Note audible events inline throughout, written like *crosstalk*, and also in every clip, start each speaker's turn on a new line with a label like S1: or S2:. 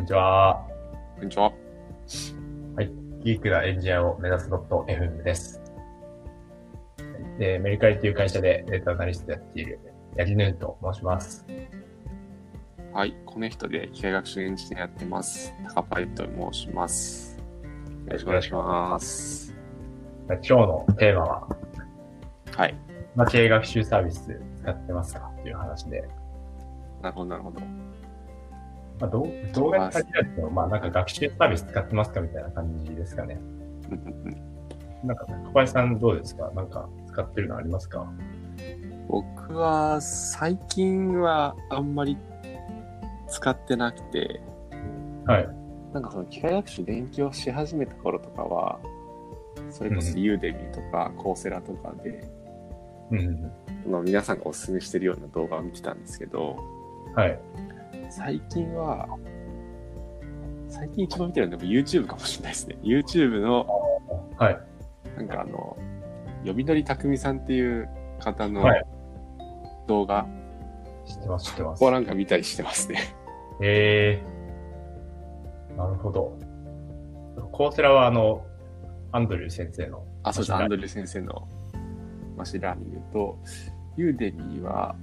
S1: にちは。
S2: こんにちは。
S1: ギークなエンジニアを目指すドット FM です。で、メリカリという会社でデータアナリストやっているヤギヌーンと申します。
S2: はい、コネヒトで機械学習エンジニアやってます。タカパイと申します。よろしくお願いします。
S1: 今日のテーマは、
S2: はい、
S1: まあ、経営学習サービス使ってますかという話で、
S2: なるほど、なるほど。
S1: まあ、どう動画に限らずでも、まあ、なんか学習サービス使ってますかみたいな感じですかね。
S2: うんうん
S1: なんか、小林さんどうですかなんか使ってるのありますか
S2: うん僕は最近はあんまり使ってなくて、
S1: はい。
S2: なんかその機械学習勉強し始めた頃とかは、それこそユーデミとかコーセラとかで、
S1: うんうん
S2: まあ、皆さんがおすすめしてるような動画を見てたんですけど、
S1: うん。はい。
S2: 最近は、最近一番見てるのはでも YouTube かもしれないですね。YouTube の、
S1: はい。
S2: なんかあの、呼び鳥匠さんっていう方の
S1: はい
S2: 動画
S1: 知ってます、知ってます
S2: を。なんか見たりしてますね。 *laughs*
S1: ええなるほど。コーセラはあの、アンドリュー先生の。
S2: あ、そうです。
S1: マシンラーニング
S2: アンドリュー先生のマシンラーニングと、ユーデミーは、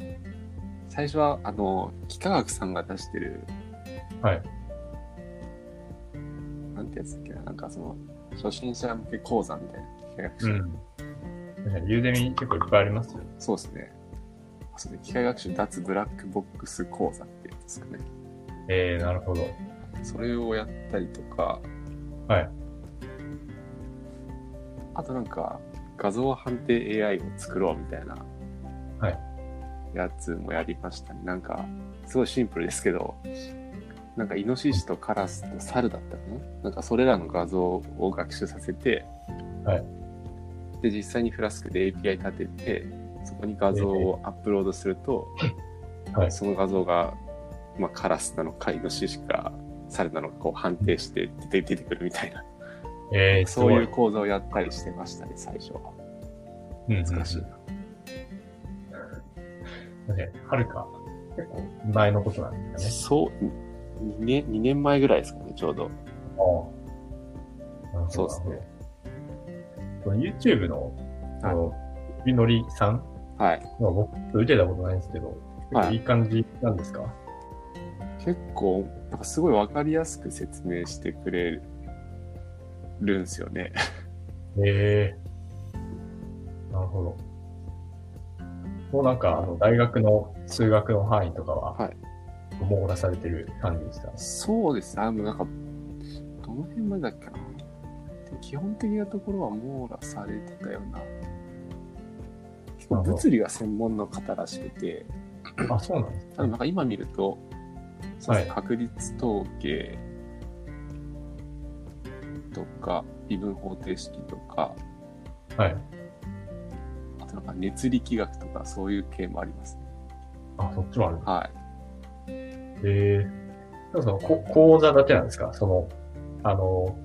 S2: 最初はあの、幾何学さんが出してる、
S1: はい。
S2: なんてやつだっけな、なんかその、初心者向け講座みたいな幾何学
S1: う
S2: 習
S1: ん。確かにユーデミ結構いっぱいありますよ。
S2: そうですね。あそうですね機械学習脱ブラックボックス講座ってやつですかね。
S1: ええなるほど。
S2: それをやったりとか、
S1: はい。
S2: あとなんか、画像判定 AI を作ろうみたいな、
S1: はい。
S2: やつもやりましたね。なんか、すごいシンプルですけど、なんか、イノシシとカラスとサルだったかななんか、それらの画像を学習させて、。
S1: はい
S2: で、実際にフラスクで API 立てて、そこに画像をアップロードすると、
S1: *laughs* はい
S2: その画像が、まあ、カラスなのか、イノシシか、サルなのかこう判定して出て出てくるみたいな、
S1: ええす
S2: そう
S1: ご
S2: いう。講座をやったりしてましたね、最初は。
S1: うん、うん。
S2: 難しい
S1: 確。かに、はるか、結構前のことなんですかね。
S2: そう、2年、二年前ぐらいですかね、ちょうど。
S1: ああ
S2: そうですね。
S1: この YouTube の、あの、ゆのりさん
S2: はい。
S1: まあ僕、ちょっと受けたことないんですけど、結構いい感じなんですか、
S2: 結構、なんかすごいわかりやすく説明してくれるんですよね。
S1: へえなるほど。もうなんか、あの、大学の数学の範囲とかは、
S2: はい
S1: 網羅されてる感じですか
S2: そうですね。あの、なんか、どの辺までだっけな。でも基本的なところは網羅されてたような。結構物理が専門の方らしくて、
S1: あ、そうなんです
S2: ただなんか今見ると、そうですね確率統計とか、微分方程式とか、
S1: はい。
S2: あとなんか熱力学とかそういう系もありますね。
S1: あ、そっちもある。
S2: はい。
S1: へえなんかその、こ講座だけなんですかその、あの、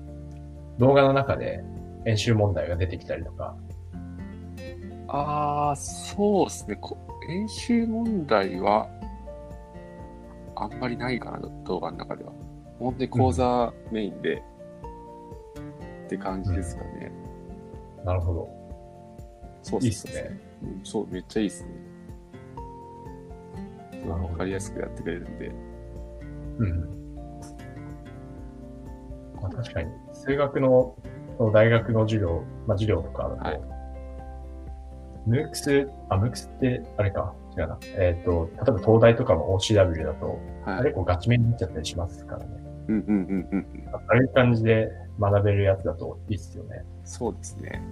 S1: 動画の中で演習問題が出てきたりとか。
S2: ああ、そうですね。こ演習問題は、あんまりないかな、動画の中では。本当に講座メインで、って感じですかね。
S1: なるほど。
S2: そう
S1: いい
S2: で
S1: っ
S2: す
S1: す
S2: ね。
S1: ね。
S2: うん、そう、めっちゃいいですね。
S1: ほど
S2: わかりやすくやってくれるんで。
S1: うん。まあ、確かに、数学の、その大学の授業、まあ、授業とかだ
S2: は
S1: と、
S2: い
S1: ムークス、あ、ムークスって、あれか、違うな。えっ、と、例えば東大とかの OCW だと、あ
S2: は
S1: れ
S2: い。
S1: こうガチめになっちゃったりしますからね。
S2: うんうんうんうん。
S1: あれいう感じで学べるやつだといいっすよね。
S2: そうですね。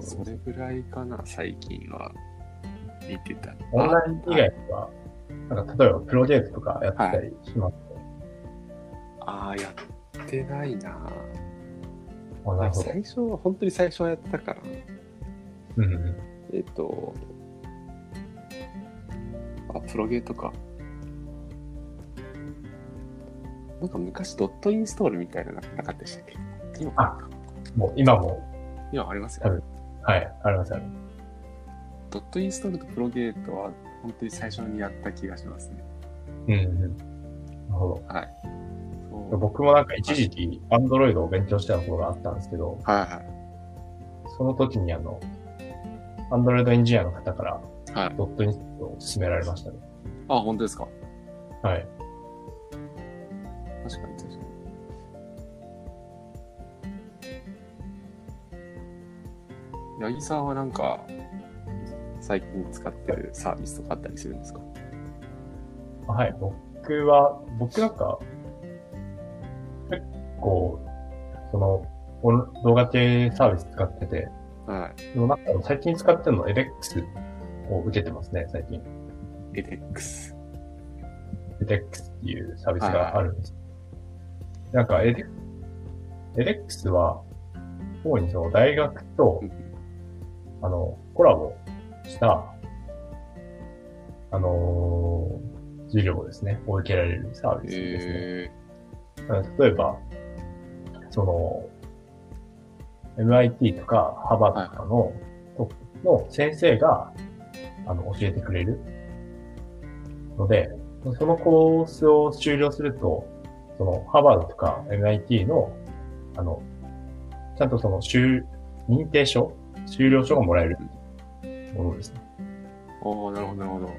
S2: それぐらいかな、最近は。見てたの
S1: オン
S2: は。
S1: ライン以外は、なんか例えばプロジェクトとかやってたりします、
S2: ああ、やってないな。
S1: あなるほど。
S2: 最初は、本当に最初はやってたから。
S1: うんうん。
S2: えっと、あ、プロゲートか。なんか昔ドットインストールみたいなのなかったでしたっけ今
S1: あもう今も、
S2: 今あります
S1: あ
S2: よ、
S1: るはい、ありますあります
S2: ドットインストールとプロゲートは本当に最初にやった気がしますね。
S1: うんうん。なるほ
S2: そう
S1: ど。僕もなんか一時期、アンドロイドを勉強してたことがあったんですけど、
S2: はい
S1: その時にあの、アンドロイドエンジニアの方から、
S2: はい。はい。
S1: ドットインストを勧められましたね。
S2: あ、本当ですか。
S1: はい。
S2: 確かに確かに。八木さんはなんか、最近使ってるサービスとかあったりするんですか
S1: はい。僕は、僕なんか、結構、その、オン動画系サービス使ってて、
S2: はい。
S1: でもなんか最近使ってるの EDX を受けてますね、最近。
S2: edX。
S1: EDX っていうサービスがあるんです。なんか EDX EDX は、主にその大学と
S2: うん、
S1: あの、コラボした、あのー授業をですね、を受けられるサービスですね。
S2: え
S1: あの例えば、その、MIT とかハーバードとかの、の先生が、あの、教えてくれるので、そのコースを終了すると、その、ハーバードとか MIT の、あの、ちゃんとその、修認定証修了証がもらえるものですね。
S2: ー。おー、なるほど、なるほど。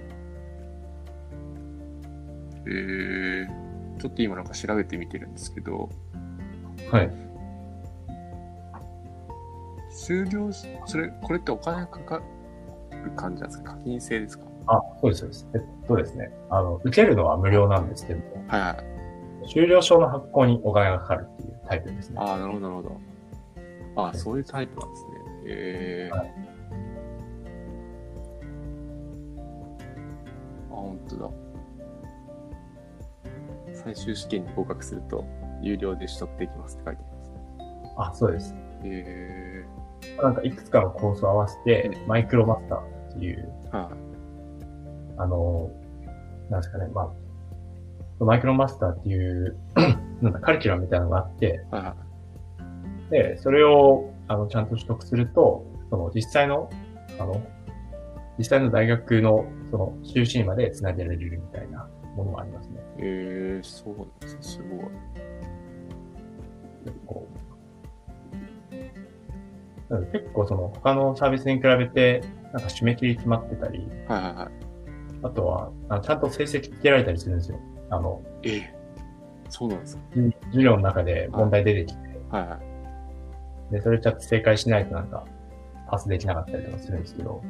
S2: えー、ちょっと今なんか調べてみてるんですけど、
S1: はい。
S2: 数量し、それ、これってお金かかる感じなんですか課金制ですか
S1: あ、そうです、そうです。えっとですね。あの、受けるのは無料なんですけど、
S2: はいはい。
S1: 修了証の発行にお金がかかるっていうタイプですね。
S2: あー、なるほど、なるほど。あー、そういうタイプなんですね。えー。
S1: は
S2: あ、本当だ。最終試験に合格すると、有料で取得できますって書いてあります。
S1: あ、そうです。
S2: え
S1: なんかいくつかのコースを合わせて、マイクロマスターっていう、
S2: ー。はい。
S1: あの、なんですかね、まあ、マイクロマスターっていう、 *clears throat* なんだ、カリキュラムみたいなのがあって、
S2: はいはい。
S1: で、それを、あの、ちゃんと取得すると、その、実際の、あの、実際の大学の、その、修士院まで繋げられるみたいなものもありますね。
S2: えー、そうなんですね。すごい。
S1: 結構。なので結構その、他のサービスに比べて、なんか締め切り決まってたり、
S2: はいはいはい。
S1: あとは、あのちゃんと成績つけられたりするんですよ。あの、
S2: えー、そうなんですか
S1: 授授業の中で問題出てきて、
S2: はいはい。
S1: で、それちゃんと正解しないとなんか、パスできなかったりとかするんですけど、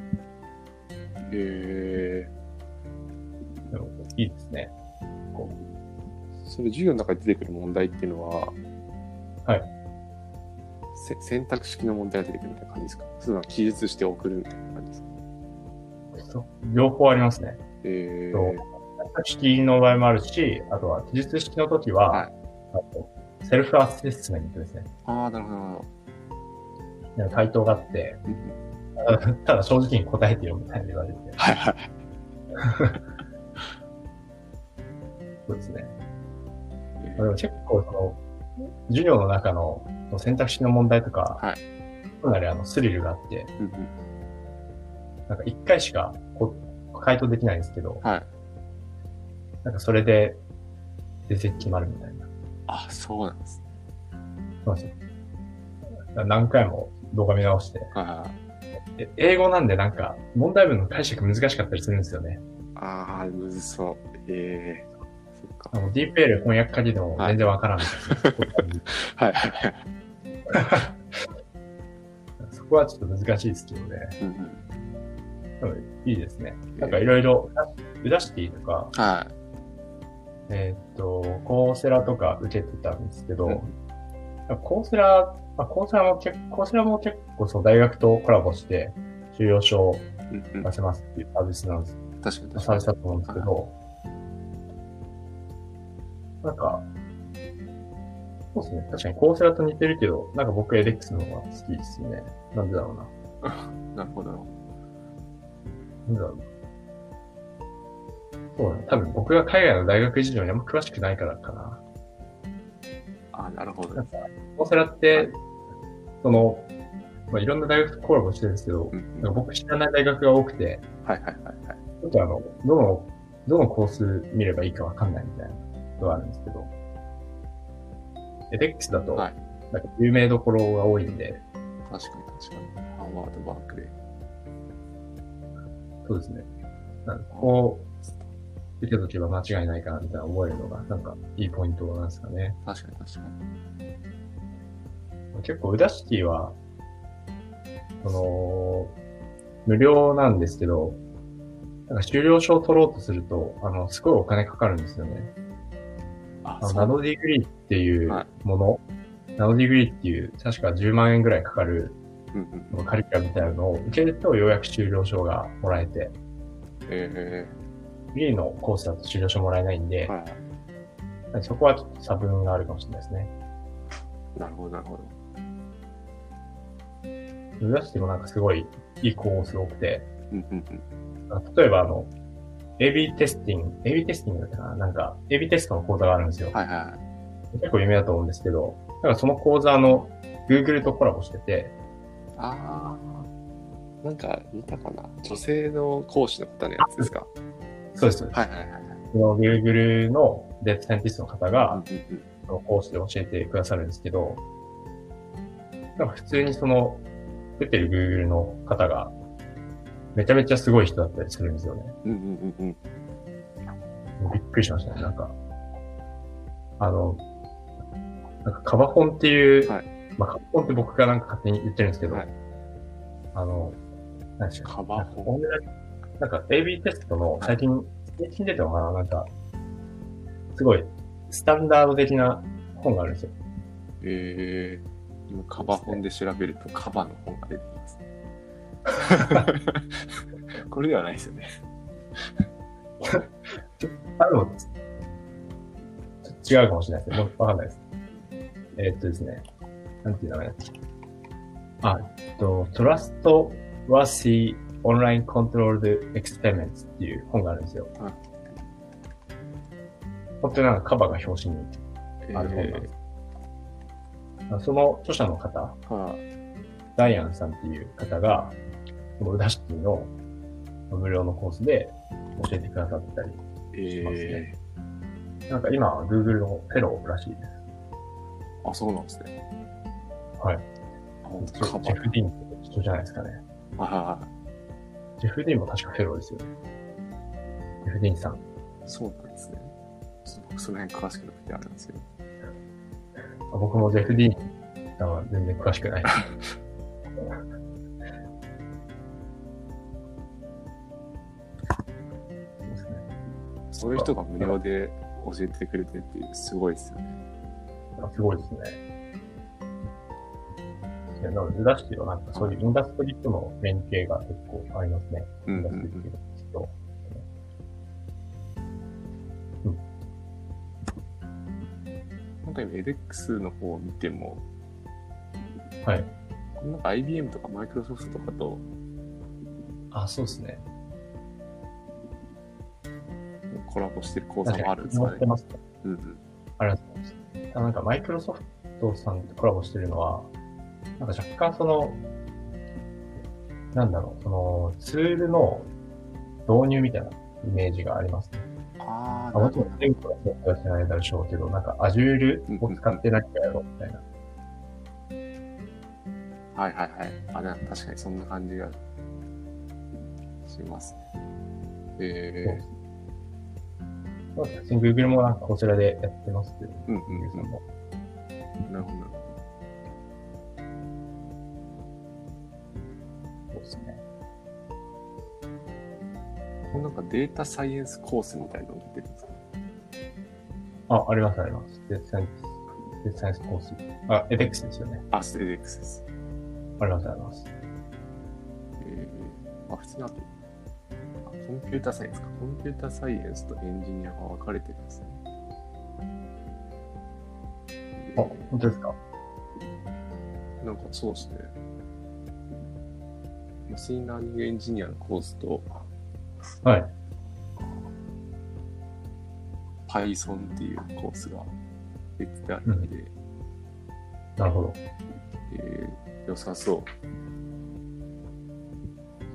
S2: え
S1: でもいいですね。こう
S2: ー、それ授業の中に出てくる問題っていうのは、
S1: はい。
S2: せ選択式の問題が出てくるみたいな感じですかそういうのは記述して送るみたいな感じですか
S1: そう両方ありますね。
S2: えー、
S1: そう選択式の場合もあるし、あとは記述式の時は、
S2: はい
S1: あのセルフアセスメントですね。
S2: ああ、なるほど、なるほ
S1: なんか回答があって、
S2: どうん。
S1: *laughs* ただ正直に答えてよみたいな言われて、
S2: はいはい。
S1: *laughs* そうですね。でも結構その、授業の中の選択肢の問題とか、
S2: はい
S1: かなりあのスリルがあって、
S2: うんうん
S1: なんか一回しかこ回答できないんですけど、
S2: はい。
S1: なんかそれで成績決まるみたいな。
S2: あ、そうなんですね。
S1: そうなんですよ何回も動画見直して、
S2: はいはいはい。
S1: で英語なんでなんか問題文の解釈難しかったりするんですよね。
S2: ああ、むずそう。ええー、そっか。
S1: あの DPL 翻訳かけても全然わからん、
S2: *laughs* はいはいはい。
S1: そこはちょっと難しいですけどね。
S2: うんうん
S1: でもいいですね。なんかいろいろ、ウダシティとか、
S2: は
S1: えーっと、コーセラとか受けてたんですけど、
S2: うん
S1: コーセラ、まあ、コーセラも結コーセラも結構その大学とコラボして、修了証を
S2: い。うんうん
S1: 出せますっていうサービスなんです、
S2: 確かに確
S1: サー
S2: か
S1: ビ
S2: に
S1: ス。だと思うんですけど、なんか、そうですね。確かにコーセラと似てるけど、なんか僕エレックスの方が好きですね。なんでだろうな。
S2: なるほどなるほ
S1: なんだろう。そうだね。多分僕が海外の大学事情にあんま詳しくないからかな。
S2: ど。ああ、なるほど。
S1: なんか、コーセラって、
S2: はい
S1: その、まあ、いろんな大学とコラボしてるんですけど
S2: う、んうん
S1: なんか僕知らない大学が多くて、
S2: はいはいはいはい。
S1: ちょっとあの、どのどのコース見ればいいかわかんないみたいなことがあるんですけど、エテックスだと、
S2: はい
S1: なんか有名どころが多いんで、
S2: 確かに確かに。ハーバード、バークレー。
S1: そうですね。なんかこう、出ておけば間違いないかなみたいな思えるのが、なんかいいポイントなんですかね。
S2: 確かに確かに。
S1: 結構、ウダシティは、その、無料なんですけど、なんか修了証を取ろうとすると、あの、すごいお金かかるんですよね。
S2: あ
S1: あの
S2: う
S1: ナノディグリーっていう
S2: はい
S1: もの、ナノディグリーっていう、確か10万円ぐらいかかる
S2: うんうん。
S1: カリキュラムみたいなのを受けると、ようやく修了証がもらえて、
S2: え
S1: グリーのコースだと修了証もらえないんで、
S2: えは
S1: そこはちょっと差分があるかもしれないですね。
S2: い。なるほど、なるほど。
S1: ウダシティもなんかすごいいいコース多くて、
S2: うんうんうん。
S1: あ例えばあの、AB テスティング、AB テスティングだったかななんか、AB テストの講座があるんですよ。
S2: はいはいはい。
S1: 結構有名だと思うんですけど、なんかその講座の Google とコラボしてて、
S2: ああ。なんか見たかな女性の講師の方のやつですか
S1: そうです。
S2: はいはいはいはい。
S1: その Google のデータサイエンティストの方
S2: うん
S1: が、
S2: うん
S1: その講師で教えてくださるんですけど、なんか普通にその、出てる Google の方が、めちゃめちゃすごい人だったりするんですよね。
S2: うん。うんうんうんうん。
S1: びっくりしましたね、なんか。あの、なんかカバホンっていう、
S2: はい
S1: まあカバホンって僕がなんか勝手に言ってるんですけど、
S2: はい
S1: あの、何でしょう。
S2: カバ
S1: なんか
S2: ホ
S1: オンラインなんか AB テストの最近、最近出たのかななんか、すごい、スタンダード的な本があるんですよ。
S2: ン。ええ今、カバホンで調べるとカバの本が出てきますね。 *laughs* これではないですよね。
S1: あでも、ちょ違うかもしれないですね。もうわかんないです。えーっとですね。なんていう名前だっけあ、えっと、Trust Worthy Online Controlled Experiments っていう本があるんですよ。
S2: はい
S1: 本当になんかカバーが表紙に
S2: え
S1: ある本なん
S2: ー
S1: です。あその著者の方、
S2: はい
S1: ダイアンさんっていう方が、このウダシティの無料のコースで教えてくださったり、
S2: え
S1: なんか今は Google のフェローらしいです。
S2: ー、あ、そうなんですね。
S1: はい。
S2: あ本当
S1: ジ
S2: カ
S1: ェ
S2: バ
S1: ジェフ・ディーンって人じゃないですかね。
S2: ああ、
S1: ジェフ・ディーンも確かフェローですよ。ジェフ・ディーンさん。
S2: そうなんですね。ちょっと僕その辺詳しくなくてあるんですけど。
S1: あ僕もジェフ・ディーンさんは全然詳しくない。そうですね
S2: そういう人が無料で教えてくれてっていう、すごいですよね。
S1: あすごいですね。いや、なので、出してはなんかそういうインダストリーとの連携が結構ありますね。
S2: う
S1: イ
S2: ん
S1: ン
S2: う
S1: ダ
S2: んう
S1: ストリー
S2: ん。
S1: と。うん。
S2: なんか今 edX の方を見ても、
S1: はい。
S2: なんか IBM とかマイクロソフトとかと、
S1: あ、そうですね。
S2: コラボしてる講座もあるんですか
S1: 載って
S2: ね。
S1: ますね
S2: うんうん。
S1: ありがとうございます。あなんかマイクロソフトさんとコラボしてるのは、なんか若干その、なんだろう、そのツールの導入みたいなイメージがありますね。
S2: あ
S1: あ、
S2: あ、な
S1: も
S2: る
S1: ちろ
S2: ほ
S1: ん全部はそうはしてないでしょうけど、なんか Azure を使って何かやろうみたいな。
S2: ど。はいはいはい。あ、な確かにそんな感じがしますね。え
S1: まあ、普通に Google もなんかこちらでやってますけど、
S2: ー、うんうんう
S1: Google さんも。
S2: ん。なるほどなるほ
S1: そうですね。
S2: ど。このなんかデータサイエンスコースみたいなのが出てるんですか
S1: あ、ありますあります。デッサイデッサイエンスコース。あ、エ d ックスですよね。
S2: あ、そう edX です。
S1: ありますあります。
S2: えー、あ、普通にあと、あコンピュータサイエンスか。コンピュータサイエンスとエンジニアが分かれてるんですね。
S1: あ、本当ですか
S2: なんかそうですね。マシンラーニングエンジニアのコースと
S1: はい。
S2: Python っていうコースが別であるので、
S1: なるほど。
S2: えー良さそう。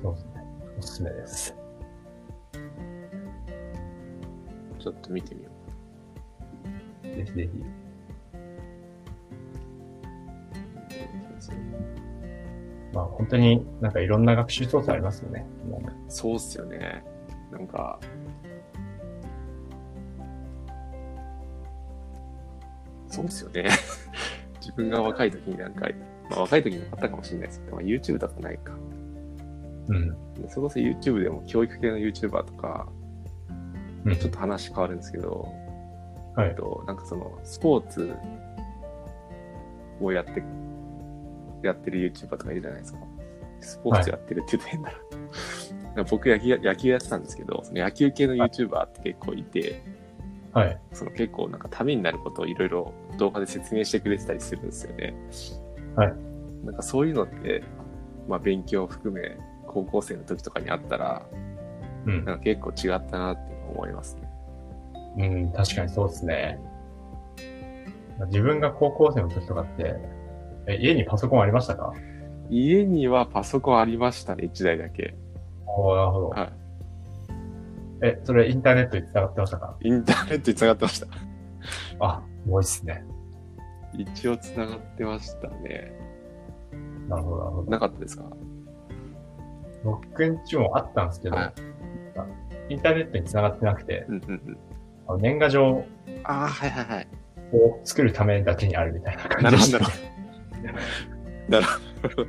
S1: そうですね。おすすめです。
S2: ちょっと見てみよう。
S1: ぜひぜひ。まあ本当になんかいろんな学習操作ありますよね。もう
S2: そうっすよね。なんか、そうっすよね。 *laughs* 自分が若い時になんか、まあ、若い時にもあったかもしれないですけど、まあ、YouTube だとないか。
S1: うん。
S2: でそれこそ YouTube でも教育系の YouTuber とか、
S1: うん
S2: ちょっと話変わるんですけど、
S1: はい
S2: えっと、なんかその、スポーツをやって、やってる YouTuber とかいるじゃないですか。スポーツやってるって言うと変だな。なんか *laughs* 僕野球、野球やってたんですけど、その野球系の YouTuber って結構いて、
S1: はい。
S2: その結構なんかためになることをいろいろ動画で説明してくれてたりするんですよね。
S1: はい。
S2: なんかそういうのって、まあ勉強を含め、高校生の時とかにあったら、
S1: うん。
S2: なんか結構違ったなって思いますね。
S1: うん、確かにそうですね。自分が高校生の時とかって、え、家にパソコンありましたか
S2: 家にはパソコンありましたね、1台だけ。
S1: おーなるほど。
S2: は
S1: え、それインターネットに繋がってましたか
S2: い。インターネットに繋がってました。
S1: あ、すごいっすね。
S2: 一応繋がってましたね。
S1: なるほど、なるほど。
S2: なかったですか
S1: 僕んちもあったんですけど、
S2: は
S1: インターネットに繋がってなくて、
S2: うんうんうん。
S1: あの年賀状を
S2: ああ、はいはいはい。
S1: 作るためだけにあるみたいな
S2: な
S1: 感じ
S2: る
S1: で
S2: ほ
S1: し
S2: ど
S1: た、
S2: *laughs* なるほど。なるほど。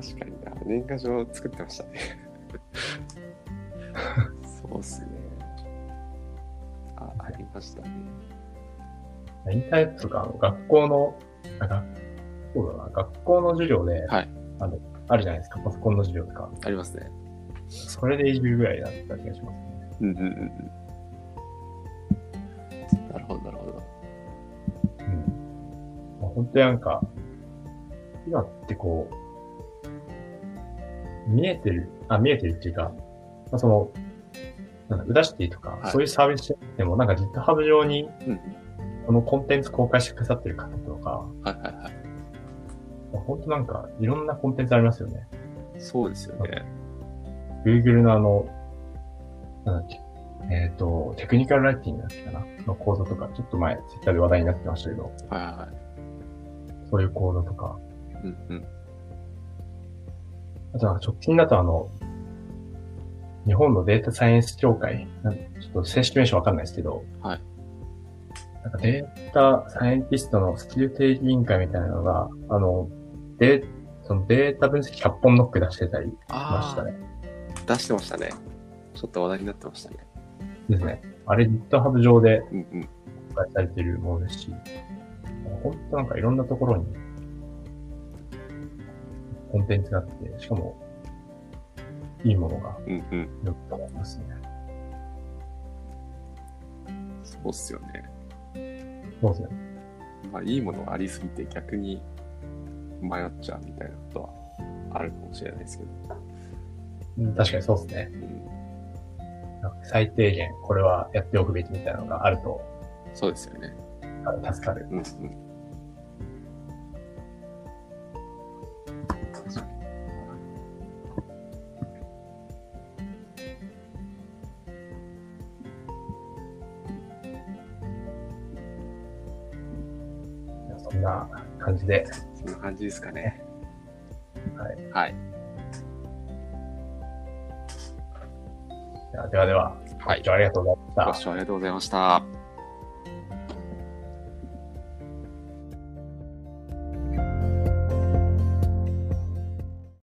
S2: 確かにな。年賀状作ってましたね。 *laughs* そうっすね。あ、ありましたね。
S1: インターネットとか、あの学校の、あ学そうだな、学校の授業で、
S2: はい
S1: あの、あるじゃないですか、パソコンの授業とか。
S2: ありますね。
S1: それでいじるぐらいだった気がしますね。
S2: うんうんうんうん。なるほど、なるほど。
S1: まあ、本当になんか、今ってこう、見えてる、あ、見えてるっていうか、まあ、その、なんだ、ウダシティとか、
S2: はい
S1: そういうサービスじゃなくても、なんか GitHub 上に、
S2: うんうん。
S1: このコンテンツ公開してくださってる方とか、
S2: はいはいはい。
S1: まあ、本当なんか、いろんなコンテンツありますよね。
S2: そうですよね。
S1: Google のあの、なんだっけ、えっ、と、テクニカルライティングだっけかなの講座とか、ちょっと前、Twitter で話題になってましたけど、
S2: はいはいはい。
S1: そういう講座とか、
S2: うんうん。
S1: あとは直近だとあの、日本のデータサイエンス協会、なんちょっと正式名称わかんないですけど、
S2: はい。
S1: なんかデータサイエンティストのスキル定義委員会みたいなのが、あの、で、そのデータ分析100本ノック出してたりしましたね。
S2: 出してましたね。ちょっと話題になってましたね。
S1: ですね。あれ GitHub 上で
S2: うんうん。
S1: 公開されてるものですし、ほんとなんかいろんなところにコンテンツがあって、しかも、いいものが
S2: うんうん。
S1: よく思いますね。
S2: そうっすよね。
S1: そうですね。
S2: まあ、いいものがありすぎて逆に迷っちゃうみたいなことはあるかもしれないですけど。
S1: うん確かにそうですね。
S2: うん、
S1: なんか最低限、これはやっておくべきみたいなのがあると、
S2: そうですよね。
S1: あの助かる。
S2: うんうん。確かに
S1: そんな感じで、
S2: そんな感じですかね。。
S1: はい
S2: はい。
S1: じゃあではでは、
S2: はい
S1: 今日ありがとうございました
S2: ご。視聴ありがとうございました。